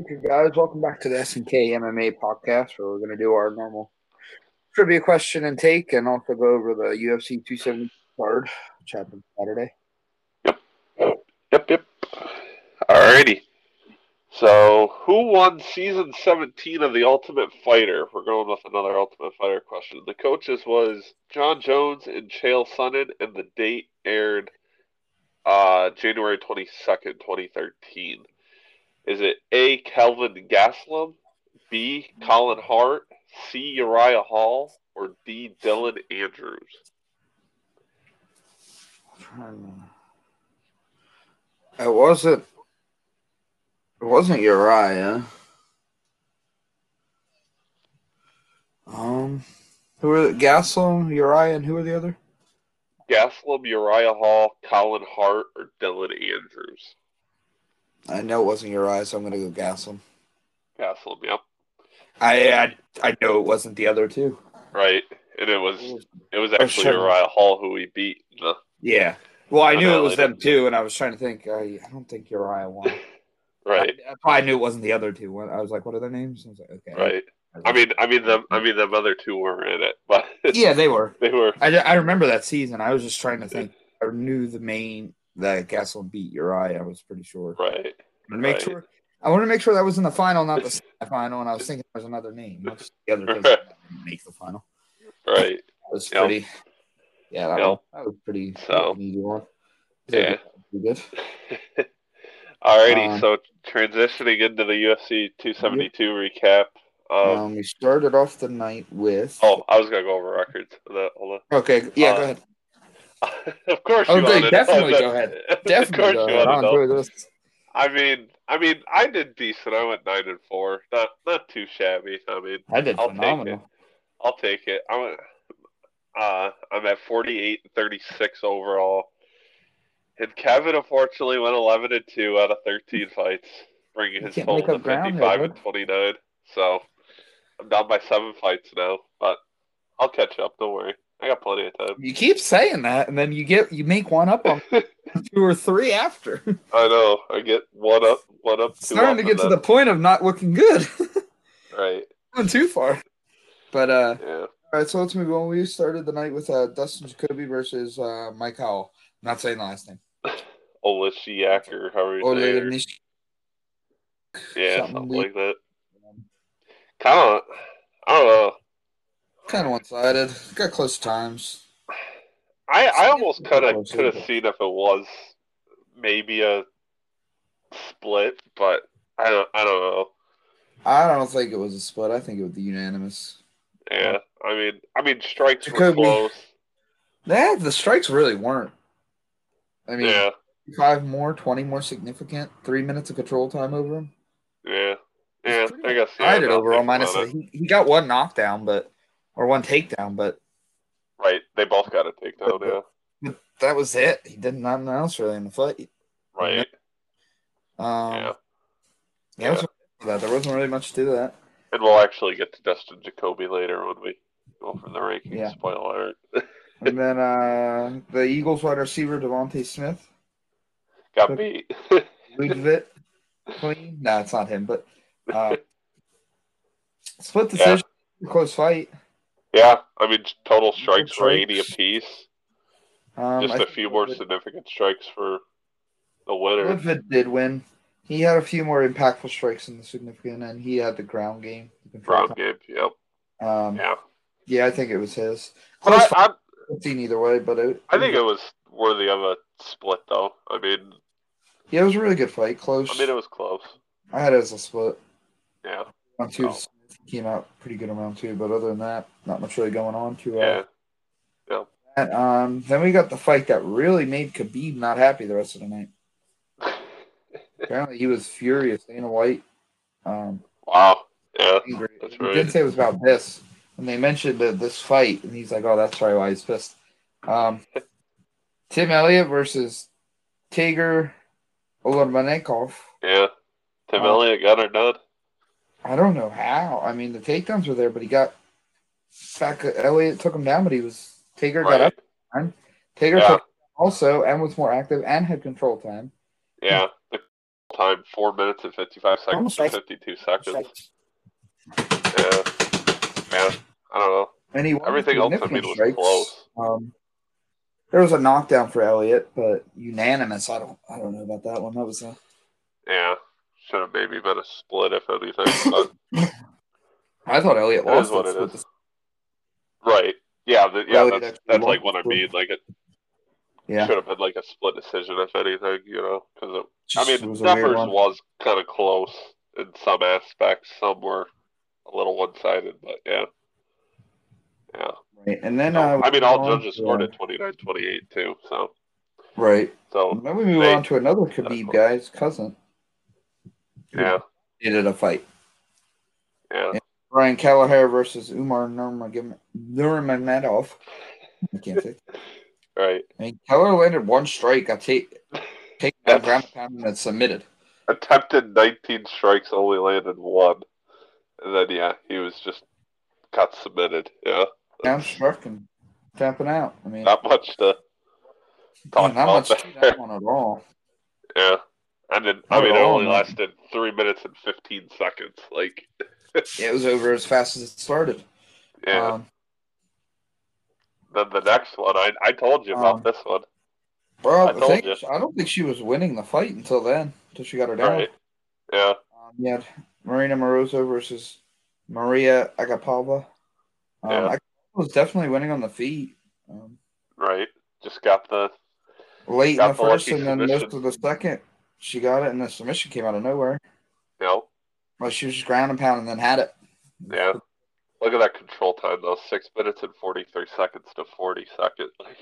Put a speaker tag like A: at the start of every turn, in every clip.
A: Okay, guys, welcome back to the SNK MMA podcast, where we're going to do our normal trivia question and take, and also go over the UFC 270 card, which happened Saturday.
B: Yep, yep. Alrighty. So, who won season 17 of The Ultimate Fighter? We're going with another Ultimate Fighter question. The coaches was John Jones and Chael Sonnen, and the date aired uh, January 22nd, 2013. Is it A. Kelvin Gaslam, B. Colin Hart, C. Uriah Hall, or D. Dylan Andrews?
A: Hmm. It wasn't. It wasn't Uriah. Um, who were the Gaslam, Uriah, and who were the other?
B: Gaslam, Uriah Hall, Colin Hart, or Dylan Andrews?
A: I know it wasn't Uriah, so I'm gonna go Gaslam.
B: Gaslam, yep.
A: I I, I know it wasn't the other two.
B: Right. And it was it was actually
A: Oh, sure.
B: Uriah Hall who we beat in the
A: Yeah. Well, I knew it was
B: Annihilated.
A: them too, and I was trying to think. I, I don't think Uriah won.
B: right.
A: I, I knew it wasn't the other two. I was like, what are their names? I was like, okay.
B: Right. I mean, I mean them. I mean them other two weren't in it, but
A: yeah, they were.
B: they were.
A: I, I remember that season. I was just trying to think. I knew the main that Gaslam beat Uriah. I was pretty sure.
B: Right.
A: I wanted to make
B: right.
A: sure. I want to make sure that was in the final, not the semifinal. And I was thinking there was another name. What's the other person that didn't make the final?
B: Right.
A: That was
B: Yep.
A: pretty. Yeah, that,
B: Yep.
A: was, that was pretty
B: So,
A: an easy one.
B: yeah.
A: pretty good.
B: Alrighty.
A: Um,
B: so transitioning into the UFC 272 recap. Um,
A: Um, we started off the night with.
B: oh, I was gonna go over records. Hold on, hold
A: Okay. Yeah. go
B: uh,
A: ahead.
B: on. of course
A: Oh,
B: you
A: great,
B: wanted.
A: definitely
B: oh,
A: go ahead.
B: Of
A: Definitely.
B: course
A: Go
B: you
A: ahead.
B: wanted.
A: I'll
B: though.
A: enjoy this.
B: I mean, I mean, I did decent. I went nine and four. Not not too shabby. I mean,
A: I did
B: I'll take
A: phenomenal.
B: I'll take it. I'm uh I'm at 48 and 36 overall. And Kevin unfortunately went 11 and 2 out of 13 fights, bringing
A: You
B: his
A: can't
B: total
A: make up
B: to
A: ground
B: 55
A: there,
B: and
A: bud.
B: 29. So I'm down by seven fights now, but I'll catch up. Don't worry, I got plenty of time.
A: You keep saying that, and then you get you make one up on two or three after.
B: I know. I get one up, one up.
A: It's
B: two
A: starting to
B: up,
A: get to
B: and
A: the
B: then-
A: point of not looking good.
B: right.
A: Going too far. But uh,
B: Yeah.
A: all right, so let's move on. We started the night with uh, Dustin Jacoby versus uh, Mike Howell. I'm not saying the last name.
B: Olishiak or however you say it, or-
A: Ole Nish-
B: Yeah,
A: something
B: something,
A: weak.
B: like that. Kind of. I don't know.
A: kind of one-sided. Got close times.
B: I, I almost
A: Yeah,
B: could have
A: close,
B: could have
A: yeah.
B: seen if it was maybe a split, but I don't I don't know.
A: I don't think it was a split. I think it was unanimous.
B: Yeah, I mean I mean strikes were
A: Jacoby.
B: close.
A: That the strikes really weren't. I mean,
B: yeah,
A: five more, twenty more significant. Three minutes of control time over him.
B: yeah, yeah.
A: pretty
B: I guess yeah,
A: I did
B: now
A: overall,
B: thinking
A: minus
B: about it.
A: he, he got one knockdown, but or one takedown, but
B: right. They both got a takedown. Yeah,
A: that was it. He did not announce really in the fight.
B: right.
A: Um,
B: Yeah,
A: yeah, it was- that there wasn't really much to that.
B: and we'll actually get to Dustin Jacoby later when we go from the rankings.
A: Yeah.
B: Spoiler alert.
A: And then uh, the Eagles wide receiver Devontae Smith,
B: Got beat.
A: Ludovic, clean. No, it's not him, but uh, split decision, close fight.
B: yeah, I mean total strikes were eighty
A: Strikes.
B: apiece.
A: Um,
B: Just
A: I
B: a
A: think
B: few more
A: Ludovic-
B: significant strikes for the winner.
A: Ludovic did win. He had a few more impactful strikes than the significant, and he had the ground game. the control
B: Round game. Yep.
A: time. Um,
B: Yeah.
A: Yeah, I think it was his.
B: But
A: Close
B: I, I,
A: fight scene either way, but it,
B: I think it was worthy of a split, though. I mean,
A: yeah, it was a really good fight. Close.
B: I mean it was close.
A: I had it as a split.
B: Yeah.
A: Round two
B: Oh.
A: Smith came out pretty good in round two, but other than that, not much really going on. To uh,
B: Yeah.
A: that. um, then we got the fight that really made Khabib not happy the rest of the night. Apparently, he was furious. Dana White, um,
B: Wow. Yeah.
A: angry.
B: That's
A: he
B: right.
A: did say it was about this, and they mentioned that this fight, and he's like, "Oh, that's probably why he's pissed." Um, Tim Elliott versus Tiger Olomanekov.
B: Yeah. Tim
A: Wow.
B: Elliott got her done.
A: I don't know how. I mean, the takedowns were there, but he got back. Elliot took him down, but he was Taker got
B: Right.
A: up. Taker
B: Yeah.
A: took also and was more active and had control time.
B: Yeah. The time, four minutes and fifty-five seconds,
C: Almost
B: to
C: like-
B: fifty-two seconds.
C: Strikes.
B: Yeah, man, I don't know.
A: And he won
B: Everything else I mean
A: significant
B: was
A: strikes.
B: close.
A: Um, there was a knockdown for Elliott, but unanimous. I don't, I don't know about that one. That was uh, a
B: Yeah, should have maybe been a split if anything. But
A: I thought Elliott
B: That is
A: lost
B: what
A: it,
B: it
A: but
B: is. right, yeah, the, yeah,
A: Well, it
B: that's
A: actually
B: that's
A: was
B: like
A: a
B: what I
A: split.
B: mean. Like it
A: Yeah.
B: should have been like a split decision if anything, you know, because I
A: just-
B: mean,
A: a weird
B: Duffers
A: one.
B: was kind of close in some aspects. Some were a little one-sided, but yeah, yeah.
A: Right. And then uh,
B: I mean, all
A: we
B: judges scored
A: move
B: at 29-28 too. So,
A: on to, uh, Right.
B: so
A: And then we move
B: They-
A: on to another Khabib guy's cousin. who
B: yeah,
A: Needed a fight.
B: yeah.
A: Brian Kelleher versus Umar Nurmagom- Nurmagomedov. I can't say.
B: Right.
A: I mean, Keller landed one strike. I take take that ground and pound and submitted.
B: Attempted 19 strikes, only landed one. And then, yeah, he was just got submitted. Yeah.
A: Down struck and tapping out. I mean,
B: Not much to talk
A: not much
B: about
A: to
B: there.
A: that one at all.
B: Yeah. And then, I
A: Not
B: mean,
A: at
B: it
A: all,
B: only
A: no.
B: lasted three minutes and 15 seconds. Like,
A: It was over as fast as it started.
B: yeah.
A: Um,
B: then the next one, I, I told you about
A: um,
B: this one.
A: Well,
B: I
A: I,
B: told
A: think,
B: you.
A: I don't think she was winning the fight until then, until she got her down.
B: Right. Yeah.
A: Um, you had Marina Morozo versus Maria Agapova. Um,
B: Yeah.
A: Agapova was definitely winning on the feet um,
B: Right. Just got the,
A: late
B: Got
A: in the
B: the
A: first
B: lucky
A: and then
B: submission.
A: most of the second. She got it, and the submission came out of nowhere.
B: you know,
A: Well, she was just ground and pound and then had it.
B: Yeah. Look at that control time though. Six minutes and forty three seconds to forty seconds. Like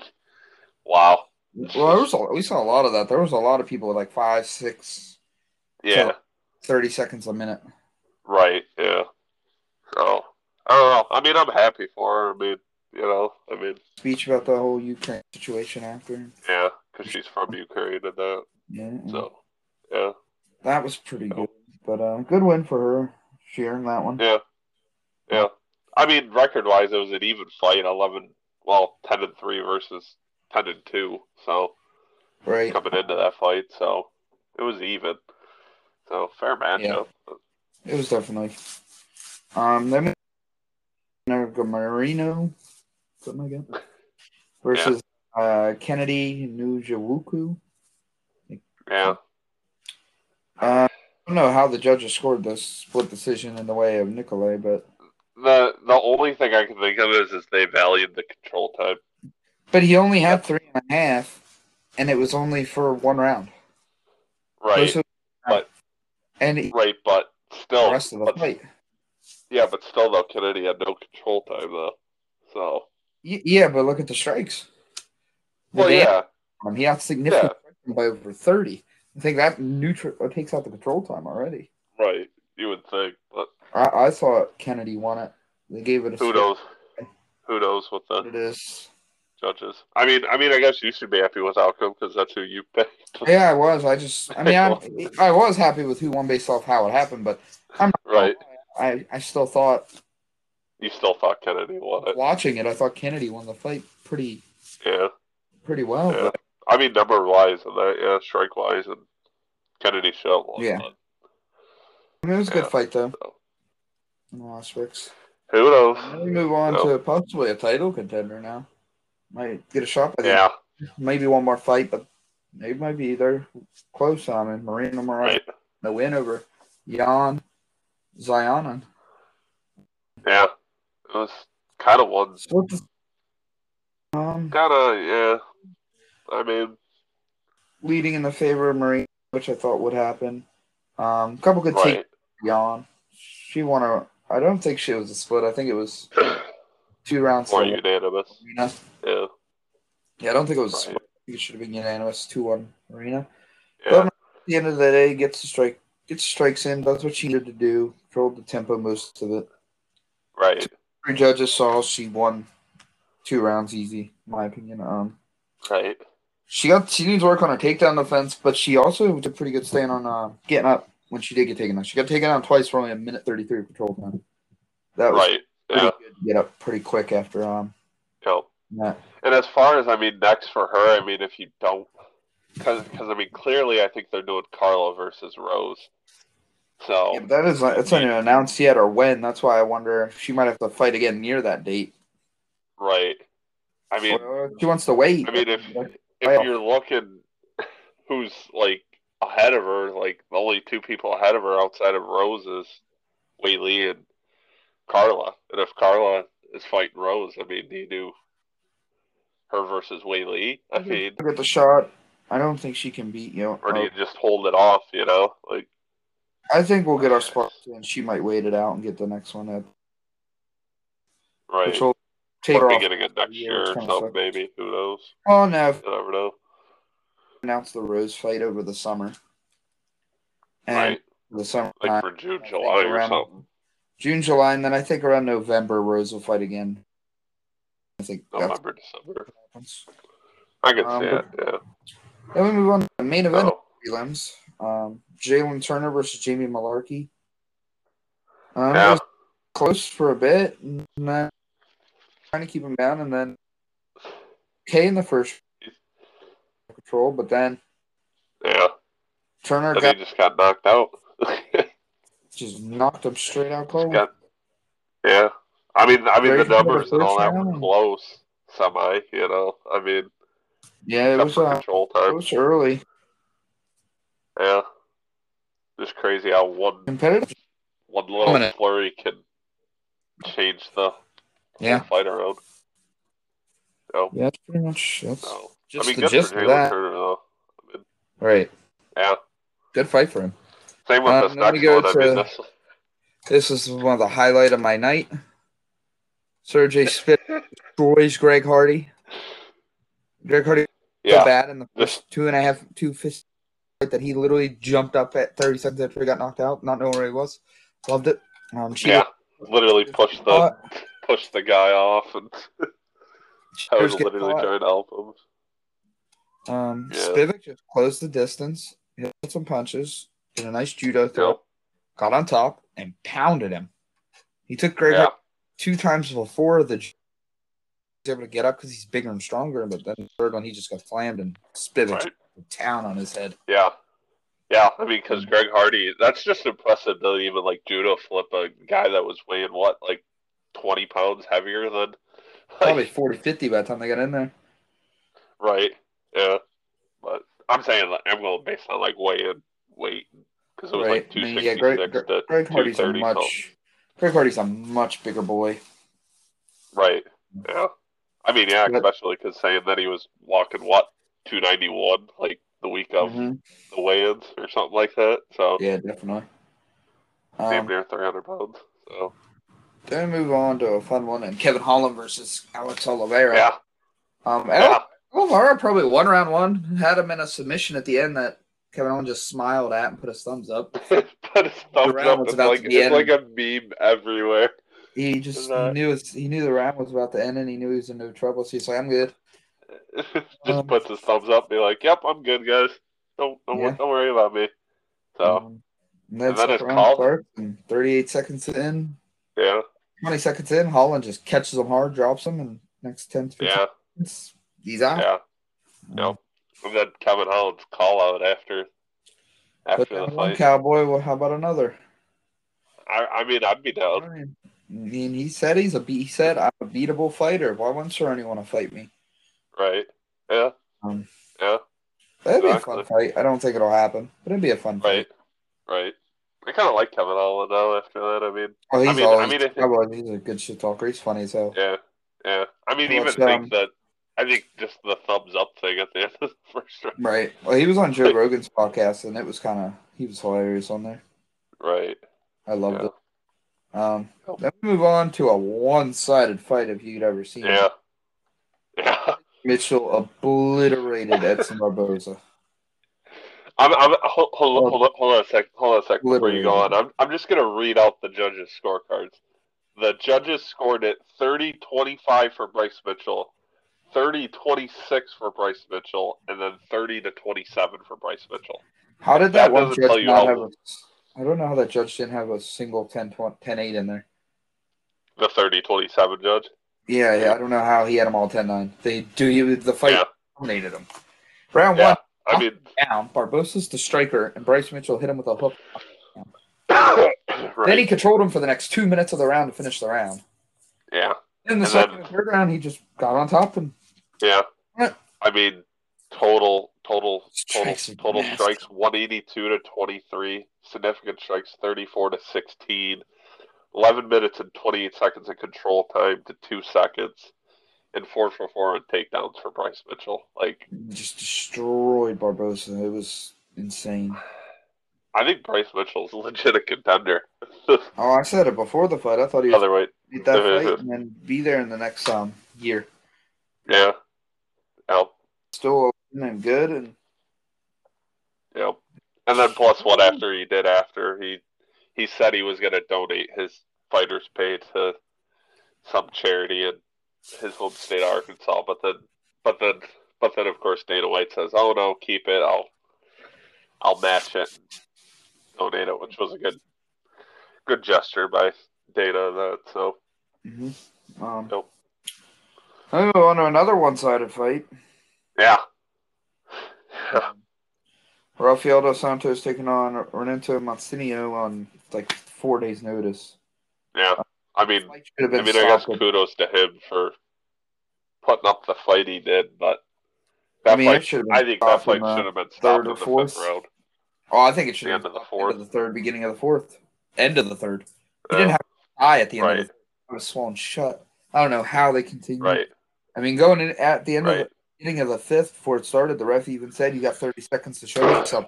B: wow.
A: Well, there was a, we saw a lot of that. There was a lot of people with like five, six,
B: Yeah.
A: So- 30 seconds a minute.
B: Right, yeah. So I don't know. I mean I'm happy for her. I mean, you know, I mean,
A: Speech about the whole Ukraine situation after.
B: yeah, because she's from Ukraine and that.
A: Yeah, and
B: So yeah.
A: that was pretty good. But uh, good win for her. She earned that one.
B: Yeah. Yeah. I mean record wise it was an even fight, eleven well, ten and three versus ten and two, so
A: Right.
B: coming into that fight, so it was even. So fair matchup.
A: It was definitely. Um, then Marino, something like that, versus uh, Kennedy Nujawuku.
B: yeah.
A: Uh, I don't know how the judges scored this split decision in the way of Nicolay, but
B: The the only thing I can think of is is they valued the control time.
A: but he only had three and a half, and it was only for one round.
B: Right.
A: Versus-
B: but-
A: and he-
B: right, but
A: the
B: still
A: rest of the
B: but-
A: fight.
B: Yeah, but still though Kennedy had no control time though. So
A: Y- Yeah, but look at the strikes. The
B: Well
A: damage
B: yeah.
A: on him, He out significant by over thirty. I think that neutral uh, takes out the control time already.
B: Right. You would think. But
A: I, I thought Kennedy won it. They gave it a
B: who
A: split.
B: knows? Who knows what the
A: It is.
B: judges? I mean, I mean, I guess you should be happy with outcome because that's who you picked,
A: Yeah, I was. I just. I mean, I'm, I was happy with who won based off how it happened, but
B: right?
A: I, I still thought
B: You still thought Kennedy won it,
A: watching it, I thought Kennedy won the fight pretty
B: yeah.
A: pretty well.
B: Yeah. I mean, number wise and that, yeah, strike wise, and Kennedy should have won.
A: Yeah.
B: but
A: I mean, it was a
B: Yeah.
A: good fight though.
B: So.
A: In the last weeks.
B: Who
A: Then we
B: knows?
A: move on
B: So.
A: to possibly a title contender now. Might get a shot. I think.
B: Yeah.
A: Maybe one more fight, but they might be either close on it. Marino Moreno,
B: Right.
A: the win over Jan Zionin.
B: Yeah. It was kind of one.
A: What the- um,
B: Kind of, yeah. I mean,
A: leading in the favor of Marie, which I thought would happen. Um, couple good
B: right.
A: take yawn. She won a. I don't think she was a split. I think it was two rounds.
B: More
A: to
B: unanimous.
A: Marina.
B: Yeah.
A: Yeah, I don't think it was. A
B: Right.
A: split. I think it should have been unanimous. Two one Marina.
B: Yeah.
A: At the end of the day, gets the strike. Gets strikes in. Does what she needed to do. Controlled the tempo most of it.
B: Right.
A: Three judges saw she won two rounds easy. In my opinion. Um,
B: Right.
A: She got she needs work on her takedown defense, but she also did pretty good staying on uh, getting up when she did get taken down. She got taken down twice for only a minute thirty three control time. That was
B: Right.
A: pretty
B: Yeah.
A: good to get up pretty quick after um
B: yeah.
A: that.
B: And as far as, I mean, next for her, I mean, if you don't because I mean clearly I think they're doing Carla versus Rose. So
A: Yeah, but that is that's not even announced yet or when. That's why I wonder if she might have to fight again near that date.
B: right, I mean,
A: Or she wants to wait.
B: I mean, if
A: Playoff.
B: if you're looking, who's like ahead of her? Like the only two people ahead of her outside of Rose is Whaley and Carla. And if Carla is fighting Rose, I mean, do you do her versus Whaley? I mean,
A: get the shot. I don't think she can beat you. know, uh,
B: or do you just hold it off? You know, like
A: I think we'll get our spot, and she might wait it out and get the next one. At,
B: right.
A: Which will take her off.
B: beginning of next
A: Yeah,
B: year
A: it's
B: or
A: kinda
B: something,
A: sucks.
B: maybe. Who knows?
A: Oh no! if
B: You never know.
A: they Announce the Rose fight over the summer. And
B: right.
A: The summer.
B: Like for June, July or something.
A: June, July, and then I think around November, Rose will fight again. I think that's what
B: November, December.
A: happens.
B: I can
A: Um,
B: see it, yeah.
A: Then we move on to the main event
B: So,
A: prelims. Um, Jalen Turner versus Jamie Malarkey. Um, it
B: yeah.
A: was close for a bit, and then trying to keep him down, and then K in the first control, but then
B: Yeah.
A: Turner
B: Then
A: got
B: he just got knocked out.
A: just knocked him straight out cold.
B: got, yeah. I mean I mean
A: Very
B: the
A: good at
B: numbers and all that were
A: first round.
B: close semi, you know. I mean
A: yeah, it
B: except
A: was
B: for
A: uh,
B: control
A: it
B: time.
A: was early
B: Yeah. Just crazy how one
A: competitive.
B: one
A: Dominant.
B: little flurry can change the
A: Yeah.
B: whole fight around. So,
A: Yeah, that's pretty much that's
B: so.
A: just
B: Oh, I mean
A: the
B: good
A: gist
B: for
A: of
B: Jalen
A: that.
B: Turner though.
A: Right,
B: Yeah.
A: good fight for him.
B: Same with
A: Um,
B: this
A: let me
B: next
A: go
B: one. I mean,
A: to-
B: this,
A: This is one of the highlight of my night. Sergey Spit destroys Greg Hardy. Greg Hardy was so
B: yeah,
A: bad in the
B: this
A: two and a half two fist fight that he literally jumped up at 30 seconds after he got knocked out, not knowing where he was. Loved it. Um, she
B: yeah, literally pushed the
A: caught.
B: pushed the guy off, and I was
A: Cheaters get
B: literally
A: caught.
B: trying to help him.
A: Um,
B: Yeah.
A: Spivak just closed the distance, hit some punches, did a nice judo throw,
B: Yeah,
A: got on top, and pounded him. He took Greg
B: yeah,
A: Hardy two times before the ju- was able to get up because he's bigger and stronger, but then the third one he just got slammed and Spivak
B: right,
A: just went to town on his head.
B: yeah, yeah. I mean, because Greg Hardy, that's just impressive to even like judo flip a guy that was weighing what like twenty pounds heavier than,
A: Probably
B: like,
A: 40, 50 by the time they got in there.
B: right? Yeah, but I'm saying like, I'm going based on like weighing weight because it was like
A: I
B: two
A: mean,
B: sixty
A: yeah,
B: six
A: Greg, Greg,
B: to
A: Greg
B: two
A: Hardy's a
B: thirty.
A: much Greg Hardy's a much bigger boy.
B: Right. Yeah. I mean, yeah,
A: But-
B: especially because saying that he was walking what two ninety one like the week of
A: Mhm.
B: the weigh-ins or something like that. So
A: Yeah, definitely.
B: damn
A: Um,
B: near three hundred pounds. So
A: then we move on to a fun one and Kevin Holland versus Alex Oliveira.
B: yeah,
A: Um,
B: yeah,
A: Alex Oliveira probably won round one. Had him in a submission at the end that Kevin Holland just smiled at and put his thumbs up.
B: put his thumbs
A: round
B: up.
A: was
B: It's
A: about
B: like
A: to be
B: it's like a meme everywhere.
A: He just
B: Uh,
A: knew his, he knew the round was about to end and he knew he was in no trouble. So he's like, I'm good.
B: Just
A: Um,
B: puts his thumbs up. Be like, "Yep, I'm good, guys. Don't don't, wor-
A: Yeah.
B: don't worry about me." So
A: Um, and then
B: And then
A: second
B: it's
A: round
B: called.
A: starts, and 38 seconds in,
B: yeah,
A: 20 seconds in, Holland just catches him hard, drops him, and next 10 to 15
B: yeah,
A: seconds, he's out.
B: yeah. No. And then Kevin Holland's call out after
A: Put
B: after the
A: down one
B: fight.
A: cowboy, well, how about another?
B: I, I mean, I'd be down.
A: I mean, he said he's a be- he said I'm a beatable fighter. Why wouldn't Cerrone want to fight me?
B: Right. Yeah.
A: Um,
B: yeah.
A: That'd be a
B: Exactly.
A: fun fight. I don't think it'll happen, but it'd be a fun
B: Right.
A: fight.
B: Right. I kind of like Kevin Holland now. After that, I mean,
A: Oh, he's
B: I mean, I
A: always
B: mean, if it,
A: cowboy, he's a good shit talker. He's funny as hell.
B: yeah, yeah. I mean, even
A: Watch, um,
B: think that. I think just the thumbs up thing at the end of the first round.
A: Right. Well, he was on Joe Rogan's podcast, and it was kind of he was hilarious on there.
B: Right.
A: I loved
B: Yeah.
A: it. Um,
B: Cool.
A: then we move on to a one-sided fight if you'd ever seen. it.
B: Yeah. Yeah.
A: Mitchell obliterated Edson Barboza.
B: I'm. I'm. Hold, hold, on- hold on. Hold on a sec. Hold on a sec before you go on. I'm. I'm just gonna read out the judges' scorecards. The judges scored it 30-25 for Bryce Mitchell, 30-26 for Bryce Mitchell, and then 30 to 27 for Bryce Mitchell.
A: How did that,
B: That
A: one
B: doesn't
A: judge
B: tell you
A: not
B: how-
A: have? A, I don't know how that judge didn't have a single 10, 10 8 in there.
B: The 30-27 judge.
A: Yeah, yeah, I don't know how he had them all 10 9. They do you the fight
B: Yeah.
A: dominated him. Round
B: Yeah.
A: one,
B: I mean,
A: down. Barbosa's the striker, and Bryce Mitchell hit him with a hook. Then
B: right?
A: he controlled him for the next two minutes of the round to finish the round.
B: Yeah,
A: In the
B: And
A: second
B: then-
A: and third round, he just got on top and
B: yeah.
A: Right.
B: I mean, total, total, total,
A: Strikes are
B: total
A: nasty.
B: strikes one eighty two to twenty three. Significant strikes thirty four to sixteen. Eleven minutes and twenty eight seconds of control time to two seconds, and four for four on takedowns for Bryce Mitchell. Like.
A: just destroyed Barbosa. It was insane.
B: I think Bryce Mitchell's a legit a contender.
A: Oh, I said it before the fight. I thought he was
B: Otherwise,
A: beat that fight and then be there in the next um year.
B: yeah. Yep,
A: Still open and good, and
B: yep. And then plus one after he did after he he said he was gonna donate his fighters pay to some charity in his home state of Arkansas, but then but then but then of course Dana White says, Oh no, keep it, I'll I'll match it and donate it, which was a good good gesture by Dana that so
A: mhm. um,
B: Nope.
A: oh, on to another one-sided fight.
B: yeah.
A: Rafael dos Santos taking on Renato Mancinio on like four days' notice.
B: Yeah. I mean
A: Fight should have
B: I
A: been
B: mean, I guess
A: stopped.
B: kudos to him for putting up the fight he did, but that
A: I mean, it
B: fight,
A: should have been
B: I think that
A: stopped in the
B: fight should have been stopped in
A: uh, or
B: the
A: fourth.
B: fifth round,
A: Oh, I think it should
B: the
A: have been
B: end of the
A: end of
B: fourth.
A: the third, beginning of the fourth, end of the third. He
B: Yeah,
A: didn't have an eye at the end. Of
B: right,
A: the, it was swollen shut. I don't know how they continued.
B: right,
A: I mean, going in at the end of
B: right.
A: the beginning of the fifth before it started, the ref even said you got 30 seconds to show yourself.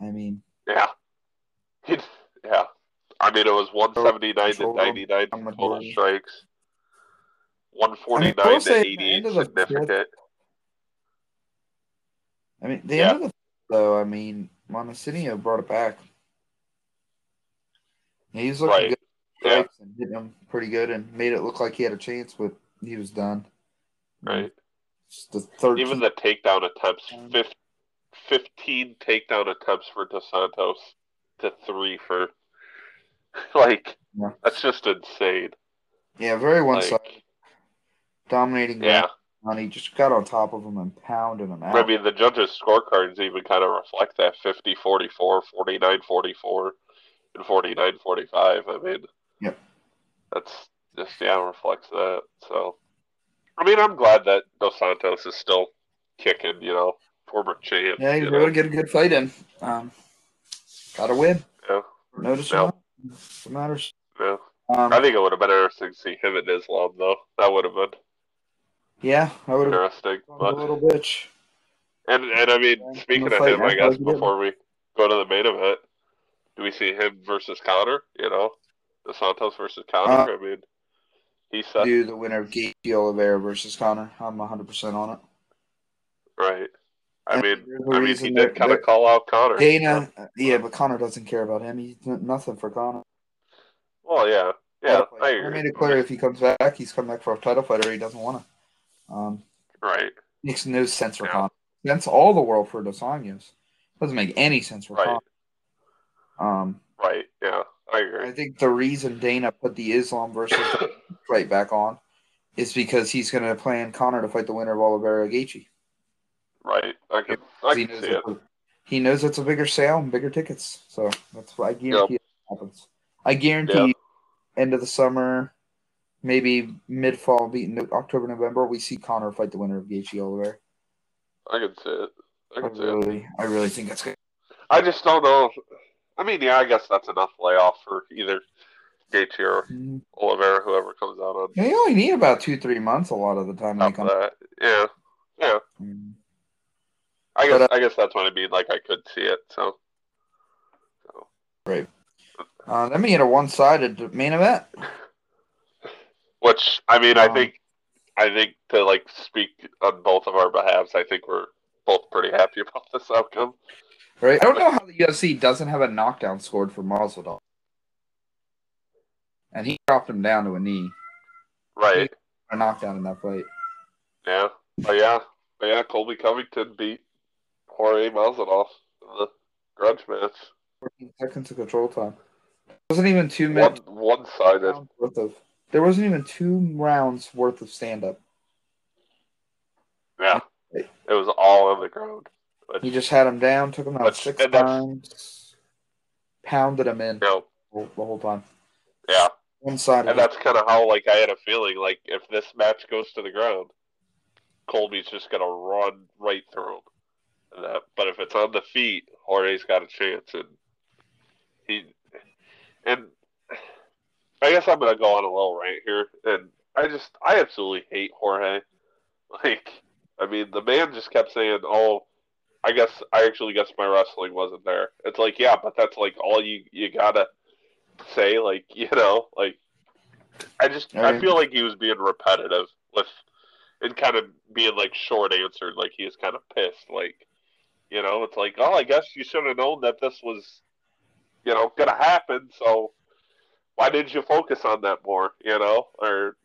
A: I mean,
B: Yeah, He- yeah. I mean, it was one seventy nine to
A: Control.
B: ninety nine
A: I'm with
B: total
A: you.
B: strikes, one forty
A: I
B: nine
A: will
B: to
A: say
B: eighty
A: the end
B: eight
A: of the fifth-
B: significant.
A: I mean, the
B: Yeah.
A: end of the though. I mean, Montesinos brought it back. He's looking
B: Right.
A: good.
B: Yeah,
A: Strikes and hit him pretty good and made it look like he had a chance, but he was done.
B: right.
A: It's the third.
B: Even the takedown attempts,
A: Um,
B: fif- fifteen takedown attempts for DeSantos to three for, like,
A: Yeah.
B: that's just insane.
A: yeah, very one
B: Like,
A: sided, dominating.
B: yeah,
A: ground. he just got on top of him and pounded him out.
B: I mean, the judges' scorecards even kind of reflect that 50 44, 49 44, and 49 45. I mean,
A: Yep.
B: that's just, yeah, reflects that. So, I mean, I'm glad that Dos Santos is still kicking, you know, former champ.
A: yeah, he
B: you
A: was
B: know.
A: able to get a good fight in. Um, got to win.
B: Yeah.
A: Notice
B: Yeah.
A: or not, it matters.
B: Yeah.
A: Um,
B: I think it would have been interesting to see him and Islam, though. That would have been
A: yeah, I would have
B: interesting.
A: a
B: But
A: little bitch.
B: and and I mean,
A: Yeah,
B: speaking
A: the
B: of
A: fight
B: him, I
A: after
B: guess
A: he did.
B: before we go to the main event, do we see him versus Connor? You know, the Santos versus Connor.
A: Uh,
B: I mean, he said
A: Do the winner of Gaethje Oliveira versus Connor. I'm 100 percent on it.
B: right. I
A: And
B: mean,
A: there's a
B: I mean, he
A: reason
B: did
A: that-
B: kind of
A: that
B: call out Connor.
A: Dana, yeah, but Connor doesn't care about him. He's n- nothing for Connor.
B: Well, yeah, yeah,
A: Title
B: I
A: fight.
B: agree.
A: made it clear if he comes back, he's coming back for a title fight, or he doesn't want to. Um,
B: Right,
A: makes no sense for
B: Yeah.
A: Connor. That's all the world for Dos Anjos. Doesn't make any sense for
B: right,
A: Connor. Um,
B: right. Yeah, I agree.
A: I think the reason Dana put the Islam versus the fight back on is because he's going to plan Connor to fight the winner of Oliveira Gaethje.
B: Right, I can, I
A: 'Cause He
B: can
A: knows,
B: see it.
A: it's a- he knows it's a bigger sale and bigger tickets. So that's why I guarantee it happens. I guarantee end of the summer, maybe mid fall, be no- October, November, we see Connor fight the winner of Gaethje Oliveira.
B: I can see it. I
A: I
B: can see it.
A: really, I really think that's good.
B: I just don't know. I mean, yeah, I guess that's enough layoff for either Gaethje or Oliveira, whoever comes out on
A: They only need about two, three months a lot of the time. when
B: top
A: they
B: of
A: come.
B: that. Yeah, yeah.
A: Mm.
B: I guess
A: But, uh,
B: I guess that's what I mean. Like I could see it. So
A: Uh, that made a one sided main event.
B: which I mean, I
A: Um,
B: think I think to like speak on both of our behalves, I think we're both pretty happy about this outcome.
A: Right. I don't know how the UFC doesn't have a knockdown scored for Masvidal. And he dropped him down to a knee.
B: Right.
A: A knockdown in that fight.
B: Yeah. But yeah. But yeah. Colby Covington beat Jorge Masvidal in the grudge match.
A: 14 seconds of control time. wasn't even two Um,
B: One
A: minutes
B: one sided.
A: worth of. There wasn't even two rounds worth of stand up.
B: Yeah. It was all on the ground. But
A: He just had him down, took him out
B: That's-
A: six
B: and that's-
A: times, pounded him in
B: you know,
A: the whole time.
B: yeah,
A: One side of
B: and
A: it.
B: that's kind of how like I had a feeling like if this match goes to the ground, Colby's just gonna run right through him. And that, but if it's on the feet, Jorge's got a chance, and he and I guess I'm gonna go on a little rant here, and I just I absolutely hate Jorge. Like, I mean, the man just kept saying, "Oh, I guess I actually guess my wrestling wasn't there." It's like, yeah, but that's like all you you gotta say, like you know, like I just I
A: Right.
B: feel like he was being repetitive with and kind of being like short answered, like he was kind of pissed, like you know, it's like, oh, I guess you should have known that this was, you know, gonna happen. So why didn't you focus on that more? You know, or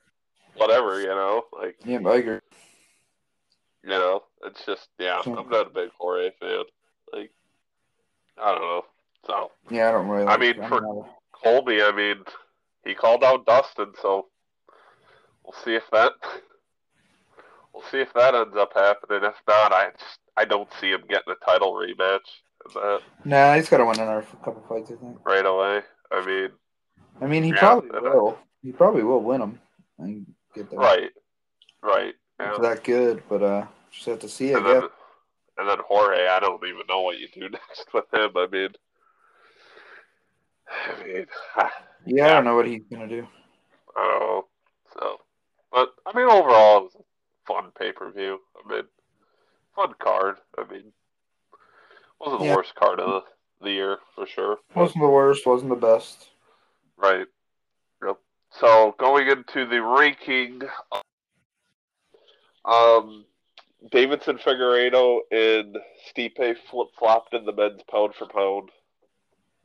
B: whatever. You know, like
A: Yeah, I agree.
B: you know, it's just yeah.
A: Hmm.
B: I'm not a big Jorge fan. Like I don't know. So
A: Yeah, I don't really.
B: I
A: Like
B: mean,
A: it. I'm
B: for-
A: not-
B: Colby, I mean, he called out Dustin, so we'll see if that we'll see if that ends up happening. If not, I just I don't see him getting a title rematch of that
A: nah, he's got to win another couple fights, I think.
B: right away. I mean,
A: I mean, he
B: Yeah,
A: probably
B: but, uh,
A: will. He probably will win them and get there.
B: right, right. Yeah.
A: It's that good, but uh, just have to see. I
B: and then,
A: guess.
B: and then Jorge, I don't even know what you do next with him. I mean, I mean, I
A: Yeah, I don't know what he's gonna do.
B: don't know. So, but I mean, overall, it was a fun pay per view. I mean, fun card. I mean, wasn't the
A: Yeah.
B: worst card of the, the year for sure. but-
A: Wasn't the worst. Wasn't the best.
B: Right. Yep. So going into the ranking, um, Davidson Figueredo and Stipe flip flopped in the men's pound for pound,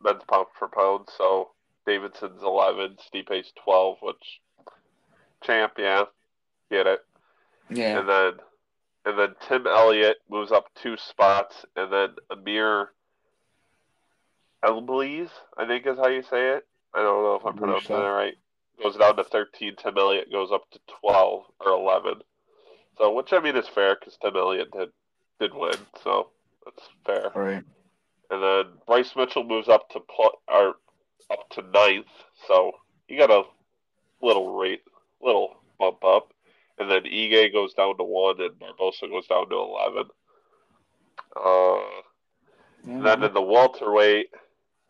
B: men's pound for pound. So Davidson's eleven, Stipe's twelve, which champ, yeah, get it.
A: Yeah.
B: And then and then Tim Elliott moves up two spots, and then Amir Elblies, I think is how you say it. I don't know if I'm
A: Believe
B: pronouncing
A: so.
B: that right. Goes down to 13. Tim Elliott goes up to 12 or 11. So, which I mean is fair because Tim Elliott did, did win. So, that's fair.
A: All right.
B: And then Bryce Mitchell moves up to pl- or up to ninth, so he got a little rate, little bump up. And then Ige goes down to one, and Barbosa goes down to eleven. Uh, and then
A: Yeah.
B: in the welterweight,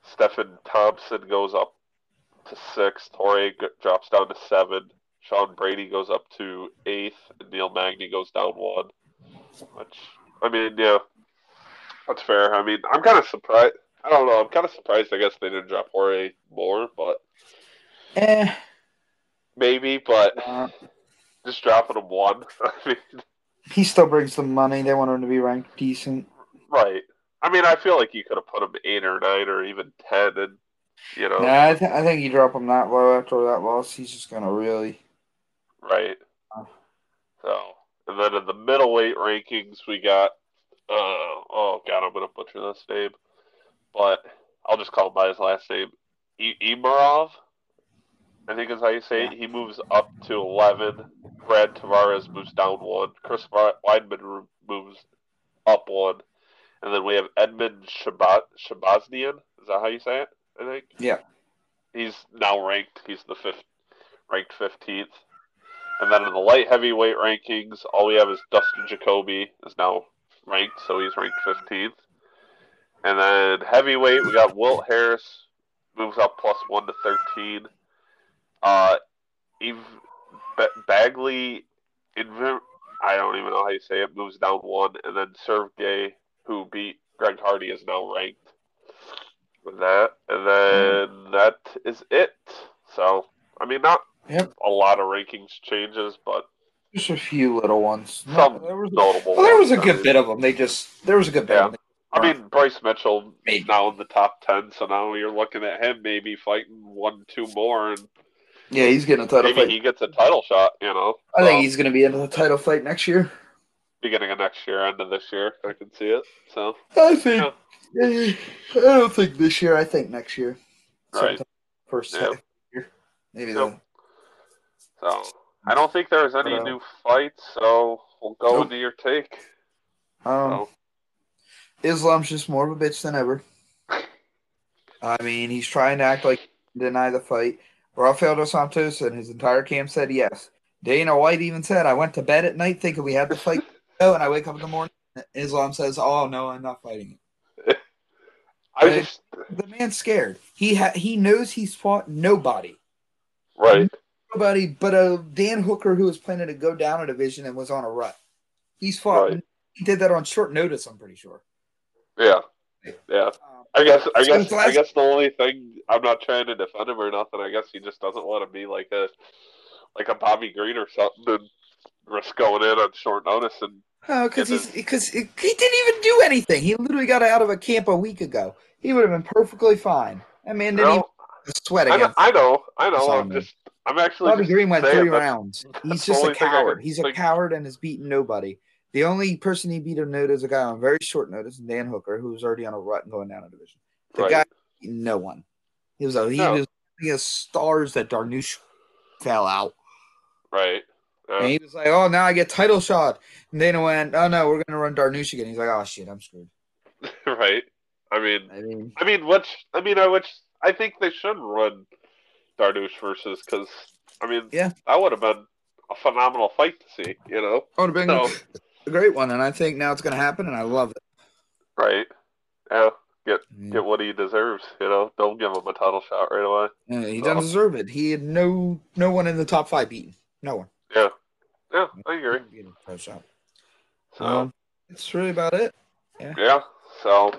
B: Stephen Thompson goes up to sixth. Torre g- drops down to seven. Sean Brady goes up to eighth. And Neil Magny goes down one. Which, I mean, yeah, that's fair. I mean, I'm kind of surprised. I don't know. I'm kind of surprised. I guess they didn't drop Jorge more, but
A: Eh,
B: maybe. But
A: uh,
B: just dropping him one. I mean,
A: he still brings them money. They want him to be ranked decent.
B: right. I mean, I feel like you could have put him eight or nine or even ten, and you know,
A: Nah, I, th- I think you drop him that low after that loss, he's just gonna really.
B: Right.
A: Oh.
B: So, and then in the middleweight rankings, we got, uh, oh god, I'm gonna butcher this name, but I'll just call him by his last name, I- Imarov. I think is how you say it. He moves up to eleven. Brad Tavares moves down one. Chris Wa- Weidman ro- moves up one, and then we have Edmund Shabaznian. Shabaznian. Is that how you say it? I think.
A: Yeah.
B: He's now ranked. He's the fifth, ranked fifteenth. And then in the light heavyweight rankings, all we have is Dustin Jacoby is now ranked, so he's ranked 15th. And then heavyweight, we got Wilt Harris moves up plus one to 13. Uh, Eve ba- Bagley, Inver- I don't even know how you say it, moves down one, and then Sergey, who beat Greg Hardy, is now ranked. With that, and then that is it. So, I mean, not
A: Yep.
B: a lot of rankings changes, but
A: Just a few little ones.
B: Some
A: there was,
B: notable.
A: well, there was a
B: ones. I
A: good
B: mean,
A: bit of them. They just there was a good bit.
B: Yeah.
A: Of them.
B: I mean, Bryce Mitchell
A: Maybe.
B: now in the top ten, so now you're looking at him maybe fighting one, two more, and
A: Yeah, he's getting a title
B: maybe
A: fight.
B: he gets a title shot. You know,
A: I think
B: Um,
A: he's gonna be in a title fight next year.
B: beginning of next year, end of this year. I can see it. So
A: I think. eh, I don't think this year. I think next year.
B: Right.
A: Sometime First
B: Yeah.
A: half year. Maybe
B: Yep.
A: then.
B: so I don't think there's any
A: But, uh,
B: new fights, so we'll go
A: Nope.
B: into your take.
A: Um,
B: So
A: Islam's just more of a bitch than ever. I mean, he's trying to act like he can deny the fight. Rafael dos Santos and his entire camp said yes. Dana White even said, "I went to bed at night thinking we had the fight, and I wake up in the morning." Islam says, "Oh no, I'm not fighting it."
B: I just
A: The man's scared. He ha- he knows he's fought nobody,
B: right.
A: nobody but a Dan Hooker who was planning to go down a division and was on a rut. He's fought.
B: Right.
A: He did that on short notice. I'm pretty sure.
B: Yeah, yeah.
A: Um,
B: I guess I
A: So
B: guess
A: glass-
B: I guess the only thing I'm not trying to defend him or nothing. I guess he just doesn't want to be like a like a Bobby Green or something and risk going in on short notice. And
A: Oh, because
B: Yeah,
A: he's because he didn't even do anything. He literally got out of a camp a week ago. He would have been perfectly fine. That man
B: you
A: didn't
B: know,
A: even sweat
B: I know,
A: against.
B: I know, I know. I'm
A: Simon.
B: just I'm actually
A: Bobby
B: just
A: Green went
B: saying
A: three
B: that-
A: rounds.
B: that's
A: He's
B: the
A: just a
B: only thing I
A: coward.
B: can
A: He's a
B: think.
A: coward and has beaten nobody. The only person he beat of note is a guy on very short notice, Dan Hooker, who was already on a rut and going down a division. The
B: Right.
A: guy, no one. He was a he
B: No.
A: was he has stars that Darnoosh fell out.
B: Right. uh, Yeah.
A: And he was like, "Oh, now I get title shot." And Dana went, "Oh no, we're gonna run Darnoosh again." He's like, "Oh shit, I'm screwed."
B: right. I mean,
A: I mean,
B: I mean, which I mean, I which I think they should run Darnoosh versus because I mean,
A: Yeah.
B: that would have been a phenomenal fight to see. You know.
A: That would have been a
B: So
A: great one, and I think now it's going to happen, and I love it.
B: right. Yeah.
A: I mean,
B: get what he deserves. You know, don't give him a title shot right away.
A: uh, he doesn't deserve it. He had no no one in the top five beaten. No one.
B: Yeah, I agree.
A: He didn't get a shot.
B: So
A: Um, that's really about it.
B: yeah, so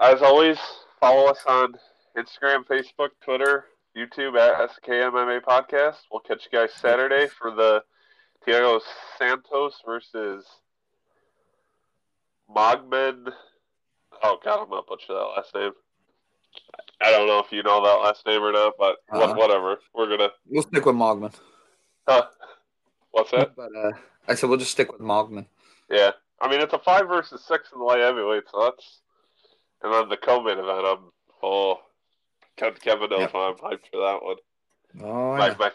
B: as always, follow us on Instagram, Facebook, Twitter, YouTube at SKMMA Podcast. We'll catch you guys Saturday for the Thiago Santos versus Mogmen. Oh God, I'm gonna butcher that last name. I don't know if you know that last name or not, but wha-
A: Uh-huh.
B: whatever. We're gonna.
A: We'll stick with Mogman.
B: Huh. What's that?
A: But uh, I said we'll just stick with Mogman.
B: Yeah, I mean it's a five versus six in the light heavyweight, so that's and then the co-main event. I'm oh, Kev- Kevin Owens,
A: Yep.
B: I'm hyped for that one.
A: Oh,
B: My
A: yeah.
B: my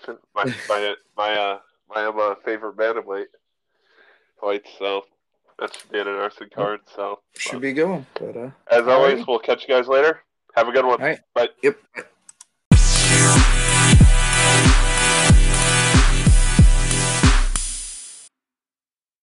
B: my my my uh my um, uh, favorite bantamweight fight, so that should be an interesting card. So
A: should be a good one. But uh,
B: as always,
A: Alrighty.
B: we'll catch you guys later. Have a good one.
A: Alright.
B: Bye.
A: yep.